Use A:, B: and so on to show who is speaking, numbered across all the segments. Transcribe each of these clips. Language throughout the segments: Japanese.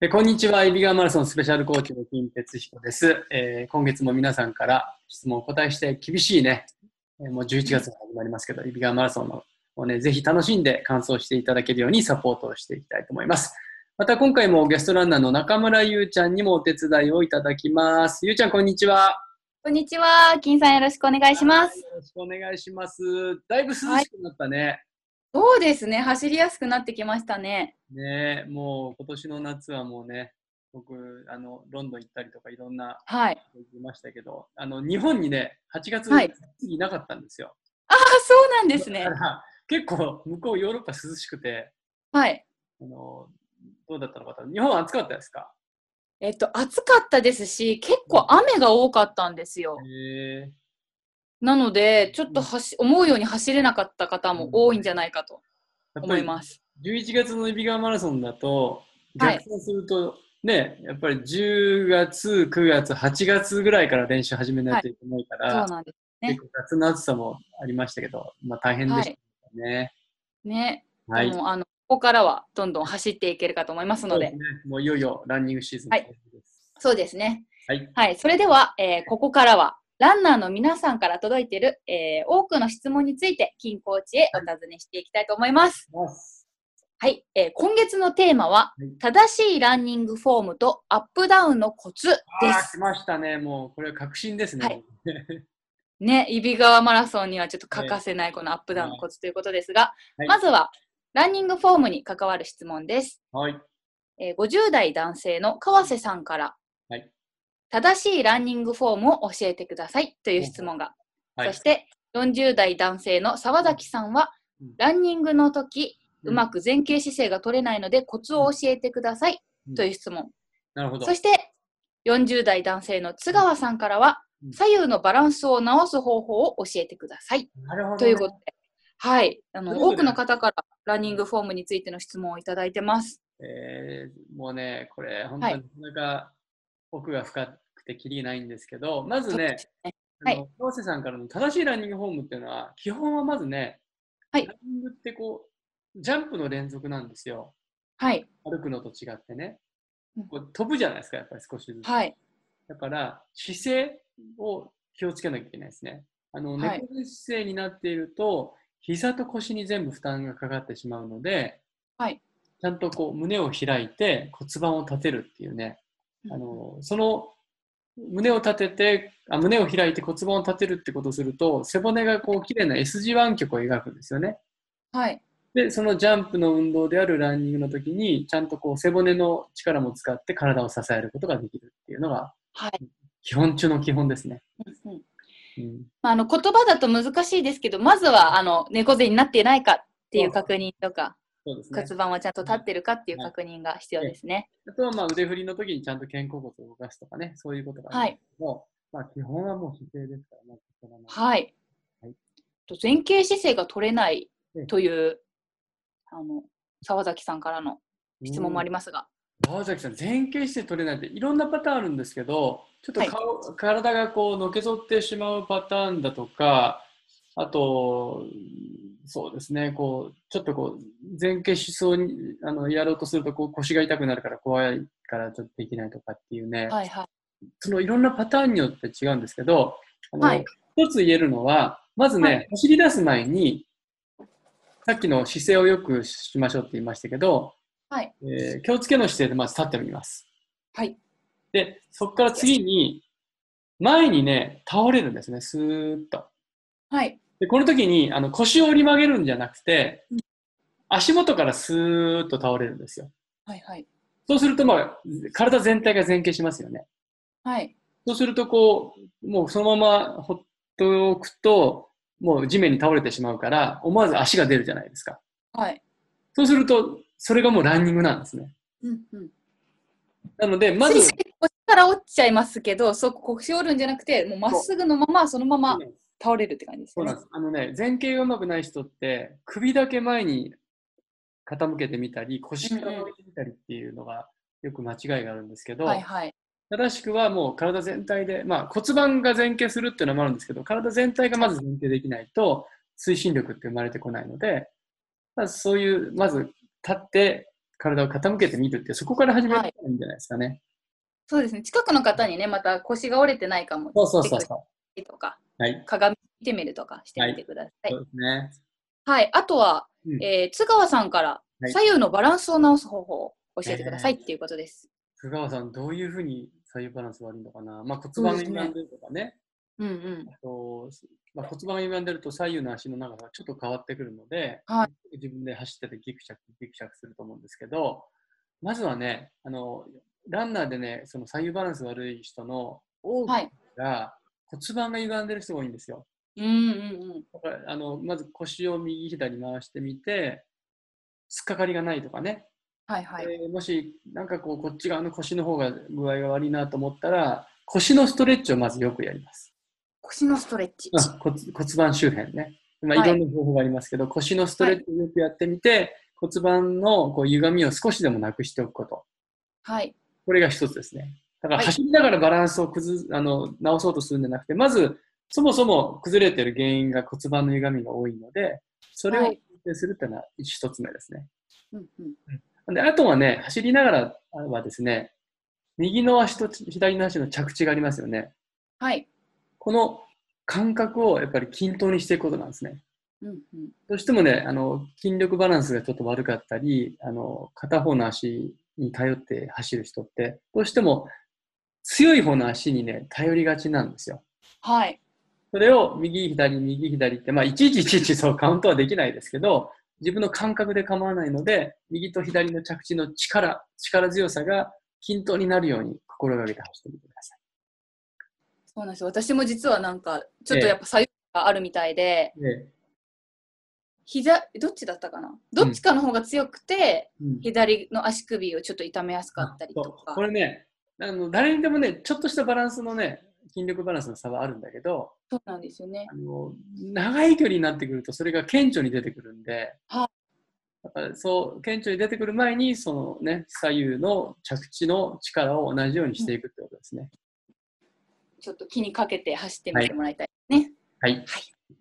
A: えこんにちは、エビガーマラソンスペシャルコーチの金哲彦です、えー今月も皆さんから質問をお答えして、厳しいね、えーもう11月が始まりますけど、エビガーマラソンのをね、ぜひ楽しんで完走していただけるようにサポートをしていきたいと思います。また今回もゲストランナーの中村ゆうちゃんにもお手伝いをいただきます。ゆうちゃん、こんにちは。
B: こんにちは。金さんよろしくお願いします。
A: よろしくお願いします。だいぶ涼しくなったね。
B: そうですね。走りやすくなってきましたね。
A: ねえ、もう今年の夏はもうね、僕、あの、ロンドン行ったりとかいろんな
B: はい。
A: 行きましたけど、あの、日本にね、8月
B: はい
A: いなかったんですよ。
B: ああ、そうなんですね
A: だか。ら、結構向こうヨーロッパ涼しくて、
B: はい。
A: あの、どうだったのかと。日本は暑かったですか
B: えっと、暑かったですし、結構雨が多かったんですよ。
A: へえ
B: なので、ちょっと走思うように走れなかった方も多いんじゃないかと
A: やっぱ
B: 思い
A: り
B: ます。
A: 11月のエビ川マラソンだと、
B: はい
A: 逆算すると、ね、やっぱり10月、9月、8月ぐらいから練習始めないといけないから、
B: そうなんです。ね
A: 結構夏の暑さもありましたけど、まあ大変でしたね。
B: ね。
A: はい。
B: もうあのここからはどんどん走っていけるかと思いますの
A: そうで
B: で。
A: すね、もういよいよランニングシーズン
B: はい
A: です。
B: そうですね。
A: はい。
B: はい、それでは、えーここからは、ランナーの皆さんから届いている、えー多くの質問について、金コーチへお尋ねしていきたいと思います。はい、えー今月のテーマは、
A: はい
B: 正しいランニングフォームとアップダウンのコツで
A: あー来
B: す。
A: ましたね。もうこれは確信ですね。
B: はいね、揖斐川マラソンにはちょっと欠かせないこのアップダウンのコツということですが、
A: はい
B: まずは、ランニングフォームに関わる質問です。
A: はい。
B: えー50代男性の川瀬さんから、
A: はい
B: 正しいランニングフォームを教えてくださいという質問が
A: はい
B: そして40代男性の沢崎さんは
A: うん、
B: ランニングの時、
A: う
B: うんまく前傾姿勢が取れないのでコツを教えてください
A: うん
B: という質問。
A: なるほど。
B: そして40代男性の津川さんからは
A: うん、
B: 左右のバランスを直す方法を教えてください
A: なるほどね
B: ということで、はい、あ
A: という
B: の
A: こと
B: 多
A: で
B: くの方からランニングフォームについての質問をいただいてます。
A: えーもうね、これ、本当になかなか奥が深くてきりないんですけど、まず
B: そう
A: ね
B: で、すね
A: あの川瀬さんからの正しいランニングフォームっていうのは、基本はまずね、
B: はい
A: ランニングってこう、ジャンプの連続なんですよ。
B: はい、
A: 歩くのと違ってね
B: うん。
A: こう飛ぶじゃないですか、やっぱり少しずつ。
B: はい、
A: だから姿勢を気をつけなきゃいけないですね。あの
B: はい
A: 猫背姿勢になっていると膝と腰に全部負担がかかってしまうので、
B: はい
A: ちゃんとこう胸を開いて骨盤を立てるっていうねあのその胸を立ててあ胸を開いて骨盤を立てるってことをすると背骨がこう綺麗な S 字湾曲を描くんですよね。
B: はい、
A: でそのジャンプの運動であるランニングの時にちゃんとこう背骨の力も使って体を支えることができるっていうのが
B: はい。
A: 基本中の基本ですね。
B: うんうん
A: うん、
B: まあ、あの言葉だと難しいですけど、まずはあの猫背になっていないかっていう確認とか、
A: そうですね
B: 骨。盤はちゃんと立ってるかっていう確認が必要ですね。
A: あとはまあ腕振りの時にちゃんと肩甲骨を動かすとかね、そういうことがあるんですけど、まあ基本はもう姿勢ですから、まずそのまま
B: はい
A: はい。
B: と前傾姿勢が取れないというあの沢崎さんからの質問もありますが、
A: うん川崎さん、前傾姿勢取れないっていろんなパターンあるんですけど、ちょっと
B: はい
A: 顔、体がこうのけぞってしまうパターンだとか、あと、そうですね、こう、ちょっとこう、前傾しそうに、あの、やろうとすると、こう、腰が痛くなるから怖いからちょっとできないとかっていうね、
B: はいはい
A: そのいろんなパターンによって違うんですけど、あの
B: はい
A: 一つ言えるのは、まずね、
B: はい
A: 走り出す前に、さっきの姿勢をよくしましょうって言いましたけど、
B: はい
A: えー気をつけの姿勢でまず立ってみます。
B: はい
A: で、そこから次に、前にね、倒れるんですね、スーッと。
B: はい
A: で、この時にあの腰を折り曲げるんじゃなくて、足元からスーッと倒れるんですよ。
B: はいはい
A: そうすると、まあ、体全体が前傾しますよね。
B: はい
A: そうすると、こう、もうそのままほっておくと、もう地面に倒れてしまうから、思わず足が出るじゃないですか。
B: はい。
A: そうすると、それがもうランニングなんですね。
B: うんうん。
A: なので、ま
B: まず
A: ず
B: 腰、から落ちちゃいますけど、そう腰折るんじゃなくて、もうまっすぐのままそのまま倒れるって感じです
A: そう
B: ね
A: なん。です。あのね、前傾がうまくない人って、首だけ前に傾けてみたり、腰から置いてみたりっていうのが、よく間違いがあるんですけど、
B: はいはい
A: 正しくはもう体全体で、まあ、骨盤が前傾するっていうのもあるんですけど体全体がまず前傾できないと推進力って生まれてこないので、まあ、そういうまず立って体を傾けてみるって、そこから始めたらいいんじゃないですかね。
B: そうですね。近くの方にね、また腰が折れてないかも。
A: そうそうそうそ
B: チェックとか、
A: う。はい。
B: 鏡見てみるとかしてみてください。
A: そうですね。
B: はい、あとは、
A: うん
B: えー津川さんから
A: はい
B: 左右のバランスを直す方法を教えてくださいっていうことです。
A: 津川さん、どういうふうに左右バランス悪いのかな。まあ骨盤が歪んでるとかね。
B: うんうん。
A: あとまあ、骨盤が歪んでると左右の足の長さがちょっと変わってくるので、
B: は
A: 自分で走っててギクシャクギクシャクすると思うんですけど、まずはね、あのランナーでね、その左右バランス悪い人の多く
B: はい。
A: が骨盤が歪んでる人が多いんですよ。
B: うんうん
A: だからあのまず腰を右左に回してみて、突っかかりがないとかね、
B: うん。はいはい。
A: えーもしなんかこうこっち側の腰の方が具合が悪いなと思ったら、腰のストレッチをまずよくやります。
B: 腰のストレッチ。
A: まあ骨骨盤周辺ね、まあ、
B: はい
A: いろんな方法がありますけど、腰のストレッチをよくやってみて、骨盤のこう歪みを少しでもなくしておくこと
B: はい。
A: これが一つですねだから
B: はい
A: 走りながらバランスを崩あの直そうとするんじゃなくてまずそもそも崩れてる原因が骨盤の歪みが多いのでそれを
B: は
A: 修
B: い
A: 正するっていうのは一つ目ですね、
B: うんうん。
A: であとはね走りながらはですね右の足と左の足の着地がありますよね
B: はい。
A: この感覚をやっぱり均等にしていくことなんですね
B: うんうん。
A: どうしてもね、あの筋力バランスがちょっと悪かったり、あの片方の足に頼って走る人って、どうしても強い方の足にね、頼りがちなんですよ。
B: はい。
A: それを右、左、右、左って、まあ、いちいちいちいちそうカウントはできないですけど、自分の感覚で構わないので、右と左の着地の力、力強さが均等になるように心がけて走ってみてください。
B: そうなんですよ。私も実はなんか、ちょっとやっぱ左右があるみたいで、
A: で
B: 膝、どっちだったかなどっちかの方が強くて、
A: うん
B: 左の足首をちょっと痛めやすかったりと
A: そう
B: か
A: こ。れねあの誰にでもねちょっとしたバランスのね筋力バランスの差はあるんだけど
B: そうなんですよね。
A: あの長い距離になってくるとそれが顕著に出てくるんで、
B: は
A: だからそう顕著に出てくる前にそのね左右の着地の力を同じようにしていくってことですね、
B: ちょっと気にかけて走ってみてもらいたいですね。
A: はい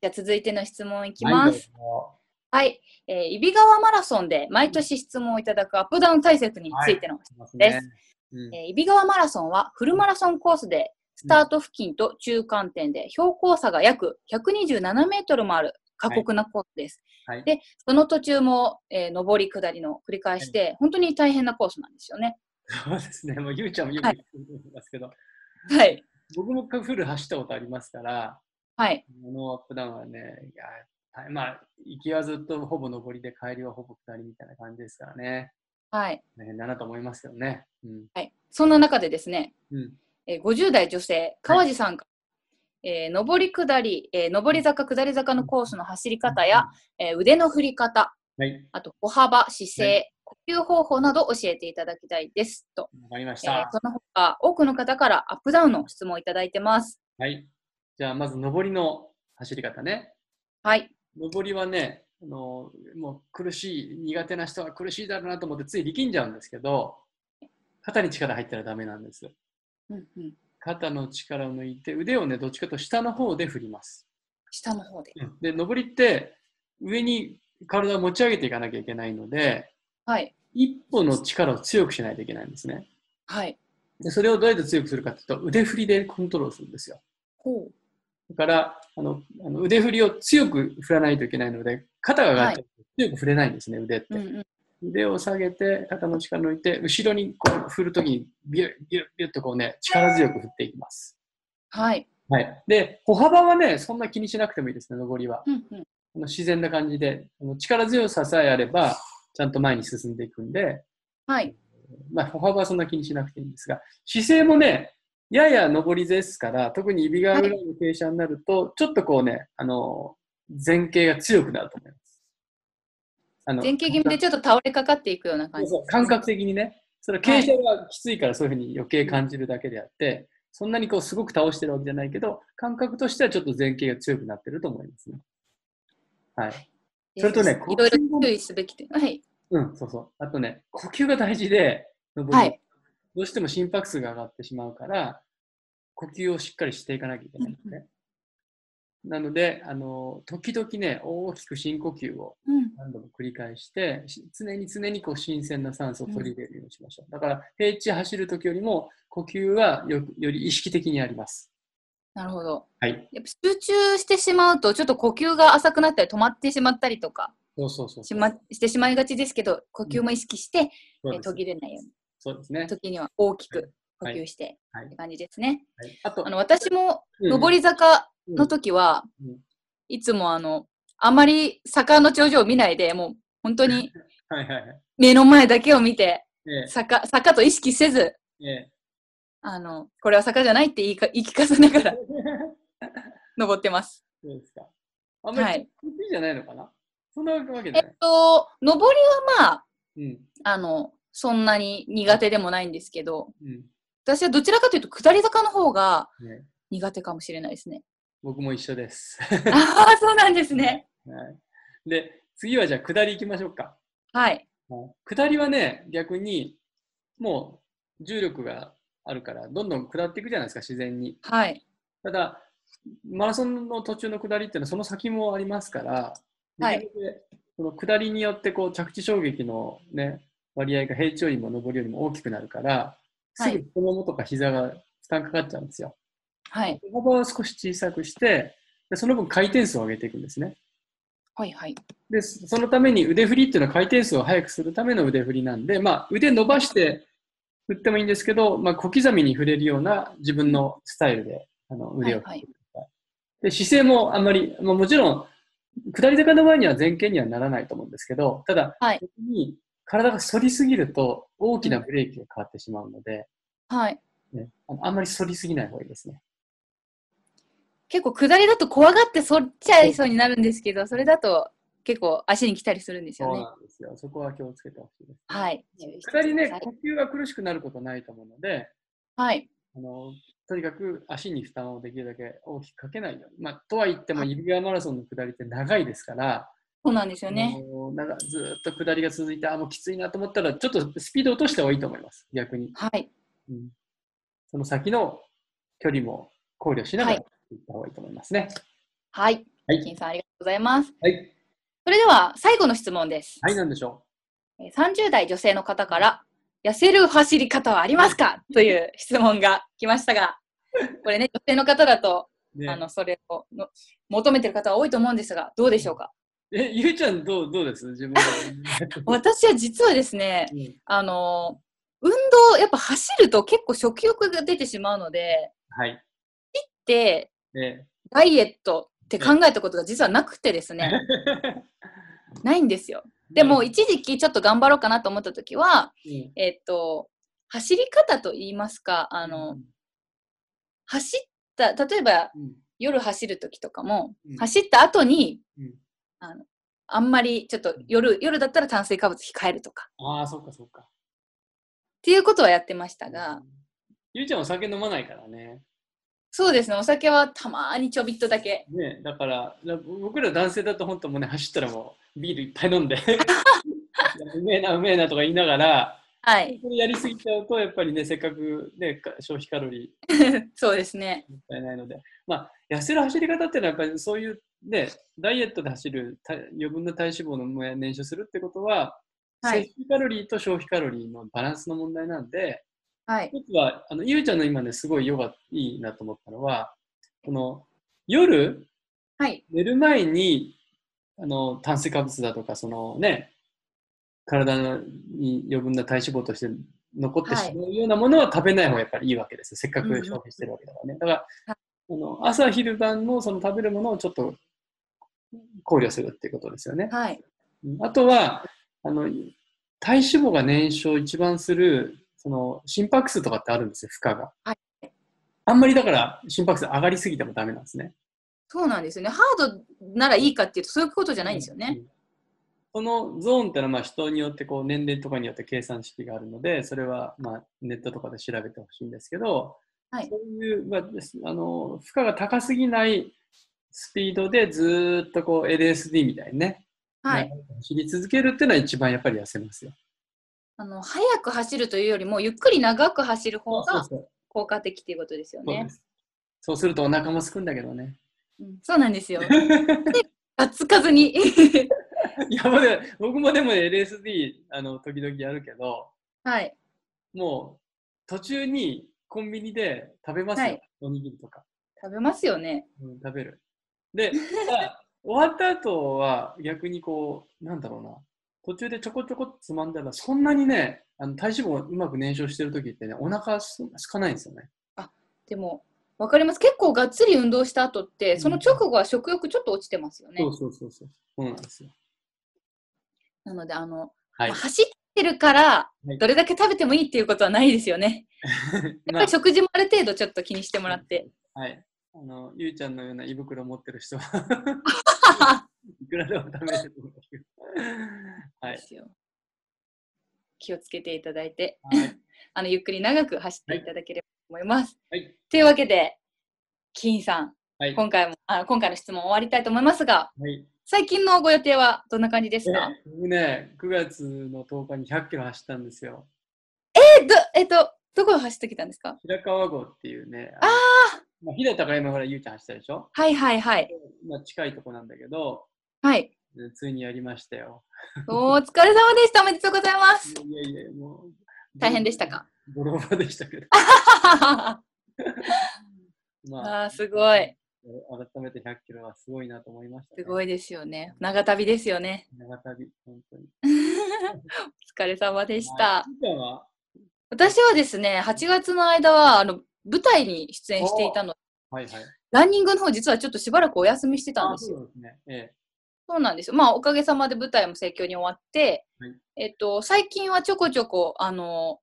B: じゃあ続いての質問いき
A: は
B: ま
A: い
B: す。
A: どうぞ
B: はい、えー、揖斐川マラソンで毎年質問をいただくアップダウン対策についての、
A: いきますね
B: です
A: うん
B: えー揖斐川マラソンはフルマラソンコースでスタート付近と中間点で標高差が約127メートルもある過酷なコースです。
A: はいはい
B: で、その途中も、えー上り下りの繰り返しで、本当に大変なコースなんですよね。
A: そうですねもうゆうちゃんもよく言ってますけど、
B: はい。
A: 僕もフル走ったことありますから
B: はい。
A: このアップダウンはね、いや大まあ、行きはずっとほぼ上りで帰りはほぼ下りみたいな感じですからね、
B: はい。
A: 大変だなと思いますけどね。うん。
B: はい。そんな中でですね、
A: うん。
B: えー50代女性、川地さんから、えー上り下り、えー上り坂、下り坂のコースの走り方や、えー腕の振り方、
A: はい、
B: あと歩幅、姿勢、
A: は
B: 呼吸方法など教えていただきたいですと、
A: わかりまし
B: えー
A: た。
B: その他多くの方からアップダウンの質問をいただいてます。
A: はい。じゃあ、まず上りの走り方ね。
B: はい、
A: 上りはね、あのもう苦しい、苦手な人は苦しいだろうなと思ってつい力んじゃうんですけど、肩に力入ったらダメなんです。
B: うんうん、
A: 肩の力を抜いて、腕をね、どっちかというと下の方で振ります。
B: 下の方で、
A: で、上りって上に体を持ち上げていかなきゃいけないので、
B: はい、
A: 一歩の力を強くしないといけないんですね。
B: はい、
A: でそれをどうやって強くするかというと腕振りでコントロールするんですよ。
B: ほう、
A: だからあのあの腕振りを強く振らないといけないので肩が上がっちゃうと強く振れないんですね、腕って、
B: うんうん、
A: 腕を下げて肩の力抜いて後ろにこう振るときにビュッビュッビュッとこうね力強く振っていきます。
B: はい、
A: はい、で歩幅はねそんな気にしなくてもいいですね上りは。
B: うんうん、
A: あの自然な感じであの力強ささえあればちゃんと前に進んでいくんで
B: はい、
A: まあ、歩幅はそんな気にしなくていいんですが、姿勢もね、やや上りですから、特に指側ぐらいの傾斜になると、ちょっとこうね、あの、前傾が強くなると思います。あの
B: 前傾気味でちょっと倒れかかっていくような感
A: そう
B: じ、
A: そう感覚的にね、その傾斜がきついからそういうふうに余計感じるだけであって、そんなにこうすごく倒してるわけじゃないけど、感覚としてはちょっと前傾が強くなってると思いますね。はい。それとね
B: いろいろ注意すべき点、はい、
A: うん、そうそう。あとね、呼吸が大事で、上り
B: はい、
A: どうしても心拍数が上がってしまうから、呼吸をしっかりしていかなきゃいけないのね。なので、あの、時々ね、大きく深呼吸を
B: うん。
A: 何度も繰り返して、し常に常にこう新鮮な酸素を取り入れるようにしましょう。だから、平地走る時よりも、呼吸はよより意識的にやります。
B: なるほど。
A: はい。
B: やっぱ集中してしまうと、ちょっと呼吸が浅くなったり、止まってしまったりとか
A: そうそうそう
B: し,、
A: そう。
B: ま、してしまいがちですけど、呼吸も意識して、
A: そう
B: え
A: です
B: 途切れないように、
A: そうですね。
B: 時には大きく呼
A: はい
B: 吸して、
A: はい
B: って感じですね。
A: はいあと
B: あ、の私も、
A: うん
B: 上り坂
A: うん
B: の時は、
A: うん
B: いつもあの、あまり坂の頂上を見ないで、もう本当に
A: はいはいはい。
B: 目の前だけを見て、
A: え
B: 坂、坂と意識せず、
A: ええ
B: あの、これは坂じゃないって言いか言い聞かせながら
A: え
B: 登ってます。
A: そうですか。あんまり、
B: はい。
A: 得意じゃないのかなそんなわけじ
B: え
A: ゃ
B: っ
A: ない。
B: と、登りはまあ、
A: うん。
B: あの、そんなに苦手でもないんですけど、
A: うん。
B: 私はどちらかというと下り坂の方が
A: ね、
B: 苦手かもしれないですね。
A: 僕も一緒です。
B: ああ、そうなんですね。
A: はい、で、次はじゃあ、下り行きましょうか。
B: はい。
A: はい、下りはね、逆に、もう重力があるから、どんどん下っていくじゃないですか、自然に。
B: はい。
A: ただ、マラソンの途中の下りっていうのは、その先もありますから、
B: はい
A: できるだけその下りによってこう着地衝撃の、ね、割合が平地よりも上りよりも大きくなるから、す
B: はい
A: ぐ太ももとか膝が負担かかっちゃうんですよ。
B: はい。
A: 幅を少し小さくして、でその分回転数を上げていくんですね。
B: はい。はい。
A: で、そそのために腕振りっていうのは回転数を速くするための腕振りなんで、まあ、腕伸ばして振ってもいいんですけど、まあ、小刻みに振れるような自分のスタイルであの腕を振ってください、で、姿勢もあんまり、まあ、もちろん、下り坂の前には前傾にはならないと思うんですけど、ただ、
B: はい
A: 逆に体が反りすぎると大きなブレーキが変わってしまうので、
B: はい。
A: ね、あのあんまり反りすぎない方がいいですね。
B: 結構下りだと怖がって反っちゃいそうになるんですけど、それだと結構足に来たりするんです
A: そ
B: よ
A: う
B: ね。
A: なんですよ。そこは気をつけてほしいです。
B: はい。注意してく
A: 下
B: ださ
A: り
B: い
A: ね、呼吸が苦しくなることないと思うので、
B: はい。
A: あのとにかく足に負担をできるだけ大きくかけないように。まあ、とは言っても、指輪マラソンの下りって長いですから、
B: そうなんですよ
A: あ
B: ね。
A: のなんかずーっと下りが続いて、あ、もうきついなと思ったら、ちょっとスピード落とした方がいいと思います、逆に。
B: はい。
A: うんその先の距離も考慮しながら
B: は
A: 行った方がいいと思いますね。
B: はい。
A: はい
B: 金さんありがとうございます。
A: はい。
B: それでは最後の質問です。
A: はい、なんでしょ
B: えー30代女性の方から、痩せる走り方はありますかという質問が来ましたが、これね、女性の方だと、
A: う。ね
B: あのそれをの求めてる方は多いと思うんですが、どうでしょうか
A: え、ゆうちゃん、どう、どうです自分 は。
B: 私は実はですね、
A: うん
B: あの運動、やっぱ走ると結構食欲が出てしまうので、
A: はい。
B: で、
A: ね
B: ダイエットって考えたことが実はなくてですね、 ないんですよ。でも、一時期ちょっと頑張ろうかなと思った時は、
A: うん
B: えっと、走り方といいますか、あの、走った例えば
A: うん
B: 夜走る時とかも、
A: うん
B: 走った後に、
A: うん
B: あのあんまりちょっと夜夜だったら炭水化物控えるとか
A: ああ、そっかそっか。
B: っていうことはやってましたが、
A: ゆうちゃんお酒飲まないからね。
B: そうですねお酒はたまーにちょびっとだけ
A: ねだから、な僕ら男性だと本当もうね、走ったらもうビールいっぱい飲んで、 うめえな、うめえなとか言いながら、
B: はい
A: これやりすぎちゃうと、やっぱりね、せっかく、ね、か消費カロリ
B: そうですね
A: ーもったいないので、まあ、痩せる走り方っていうのは、やっぱりそういう、ね、ダイエットで走るた余分な体脂肪のもや燃焼するってことは、
B: はい
A: 摂取カロリーと消費カロリーのバランスの問題なんで、
B: はい
A: 一つは、あの、ゆうちゃんの今ね、すごいヨガいいなと思ったのは、この、夜、
B: はい
A: 寝る前に、あの、炭水化物だとか、そのね、体に余分な体脂肪として残ってしまうようなものは食べない方がやっぱりいいわけですよ。せっかく
B: うんうん
A: 消費してるわけだからね。だから、あの朝昼晩のその食べるものをちょっと考慮するっていうことですよね。
B: はい
A: あとはあの体脂肪が燃焼一番するその心拍数とかってあるんですよ、負荷が。
B: はい
A: あんまりだから心拍数上がりすぎてもダメなんですね。
B: そうなんですよねハードならいいかっていうとそういうことじゃないんですよね、
A: うん。そのゾーンってのはまあ人によってこう年齢とかによって計算式があるので、それはまあネットとかで調べてほしいんですけど、
B: はい
A: そういう、まあ、ですあの負荷が高すぎないスピードでずーっとこう LSD みたいにね、
B: はい、
A: 走り続けるっていうのは一番やっぱり痩せますよ。
B: あの早く走るというよりもゆっくり長く走る方
A: そう
B: が
A: そう
B: 効果的っていうことですよ
A: そうで
B: ね
A: す。そうするとお腹もすくんだけどね。
B: うんそうなんですよ。でがっつかずに。
A: いや、もうね僕もでもね LSD、あの、時々やるけど、
B: はい。
A: もう、途中にコンビニで食べますよ。
B: はい
A: おにぎりとか。
B: 食べますよね。
A: うん、食べる。で、まあ 終わった後は逆にこう、なんだろうな。途中でちょこちょこっとつまんだら、そんなにね、あの体脂肪をうまく燃焼してる時ってね、お腹すすかないんですよね。
B: でも、わかります。結構がっつり運動した後って、その直後は食欲ちょっと落ちてますよね
A: そ。うそうそうそう。そうなんですよ。
B: なので、あの、
A: はい
B: まあ。走ってるから
A: はい、
B: どれだけ食べてもいいっていうことはないですよね。やっ
A: ま
B: ぱ
A: あ
B: り食事もある程度ちょっと気にしてもらって。
A: はい。あの、ゆうちゃんのような胃袋を持ってる人はいくらでも食べれると思うけど。は
B: で
A: い。
B: すよ 気をつけていただいて、
A: はい。
B: あのゆっくり長く走っていただければと思います。
A: はい
B: というわけで、金さん、
A: はい。
B: 今回もあ今回の質問終わりたいと思いますが、
A: はい、
B: 最近のご予定はどんな感じですか、
A: で僕ね、9月の10日に100キロ走ったんですよ。
B: えどえっと、どこを走ってきたんですか
A: 平川郷っていうね、
B: あ
A: あのまあ、平高今ほらゆうちゃん走ったでしょ
B: はいはいはい。
A: まあ、近いとこなんだけど、
B: はい。
A: えついにやりましたよ。
B: お疲れ様でした。おめでとうございます。
A: いやいや、もう。
B: 大変でしたか
A: ボロボロでしたけど。
B: あ
A: ま
B: ーすごい。
A: 改めて100キロはすごいなと思いました、
B: すご
A: い。
B: いですよね。長旅ですよ ね。
A: 長旅、本当に。
B: お疲れ様でし
A: は
B: た。
A: いゆうちゃんは
B: 私はですね、8月の間はあの舞台に出演していたので、
A: はいはい。
B: ランニングの方、実はちょっとしばらくお休みしてたんですよ。
A: そうですね。ええ。
B: そうなんですよ。まあ、おかげさまで舞台も盛況に終わって、
A: はい
B: えっと、最近はちょこちょこ、あの、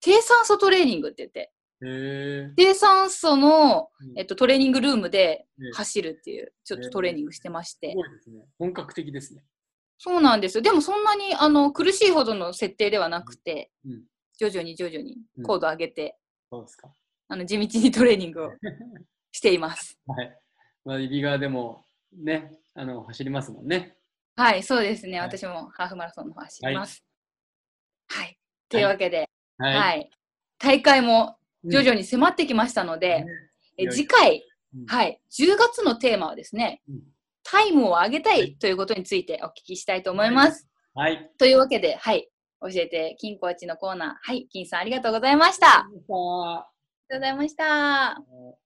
B: 低酸素トレーニングって言って、
A: へえ。
B: 低酸素の、
A: うん
B: えっと、トレーニングルームで
A: ええ
B: 走るっていう、ちょっとトレーニングしてまして。
A: すごいですね。本格的ですね。
B: そうなんですよ。でもそんなにあの苦しいほどの設定ではなくて、
A: うん。
B: 徐々に徐々に
A: うん
B: 高度上げて、
A: そうですか。
B: あの地道にトレーニングをしています。
A: はい。まあ、指側でも、ね、あの、走りますもんね。
B: はい、そうですね。
A: はい
B: 私もハーフマラソンの方走ります。はい。というわけで、は、
A: はいい。
B: 大会も
A: うん
B: 徐々に迫ってきましたので、
A: ね
B: え
A: いよいよ
B: 次回、
A: うん
B: はい、10月のテーマはですね、
A: うん
B: タイムを上げたいということについてお聞きしたいと思います。
A: はい。
B: というわけで、はい、教えて金コーチのコーナー、はい、金さんありがとうございました。あ
A: さあ
B: りがとうございました。
A: あの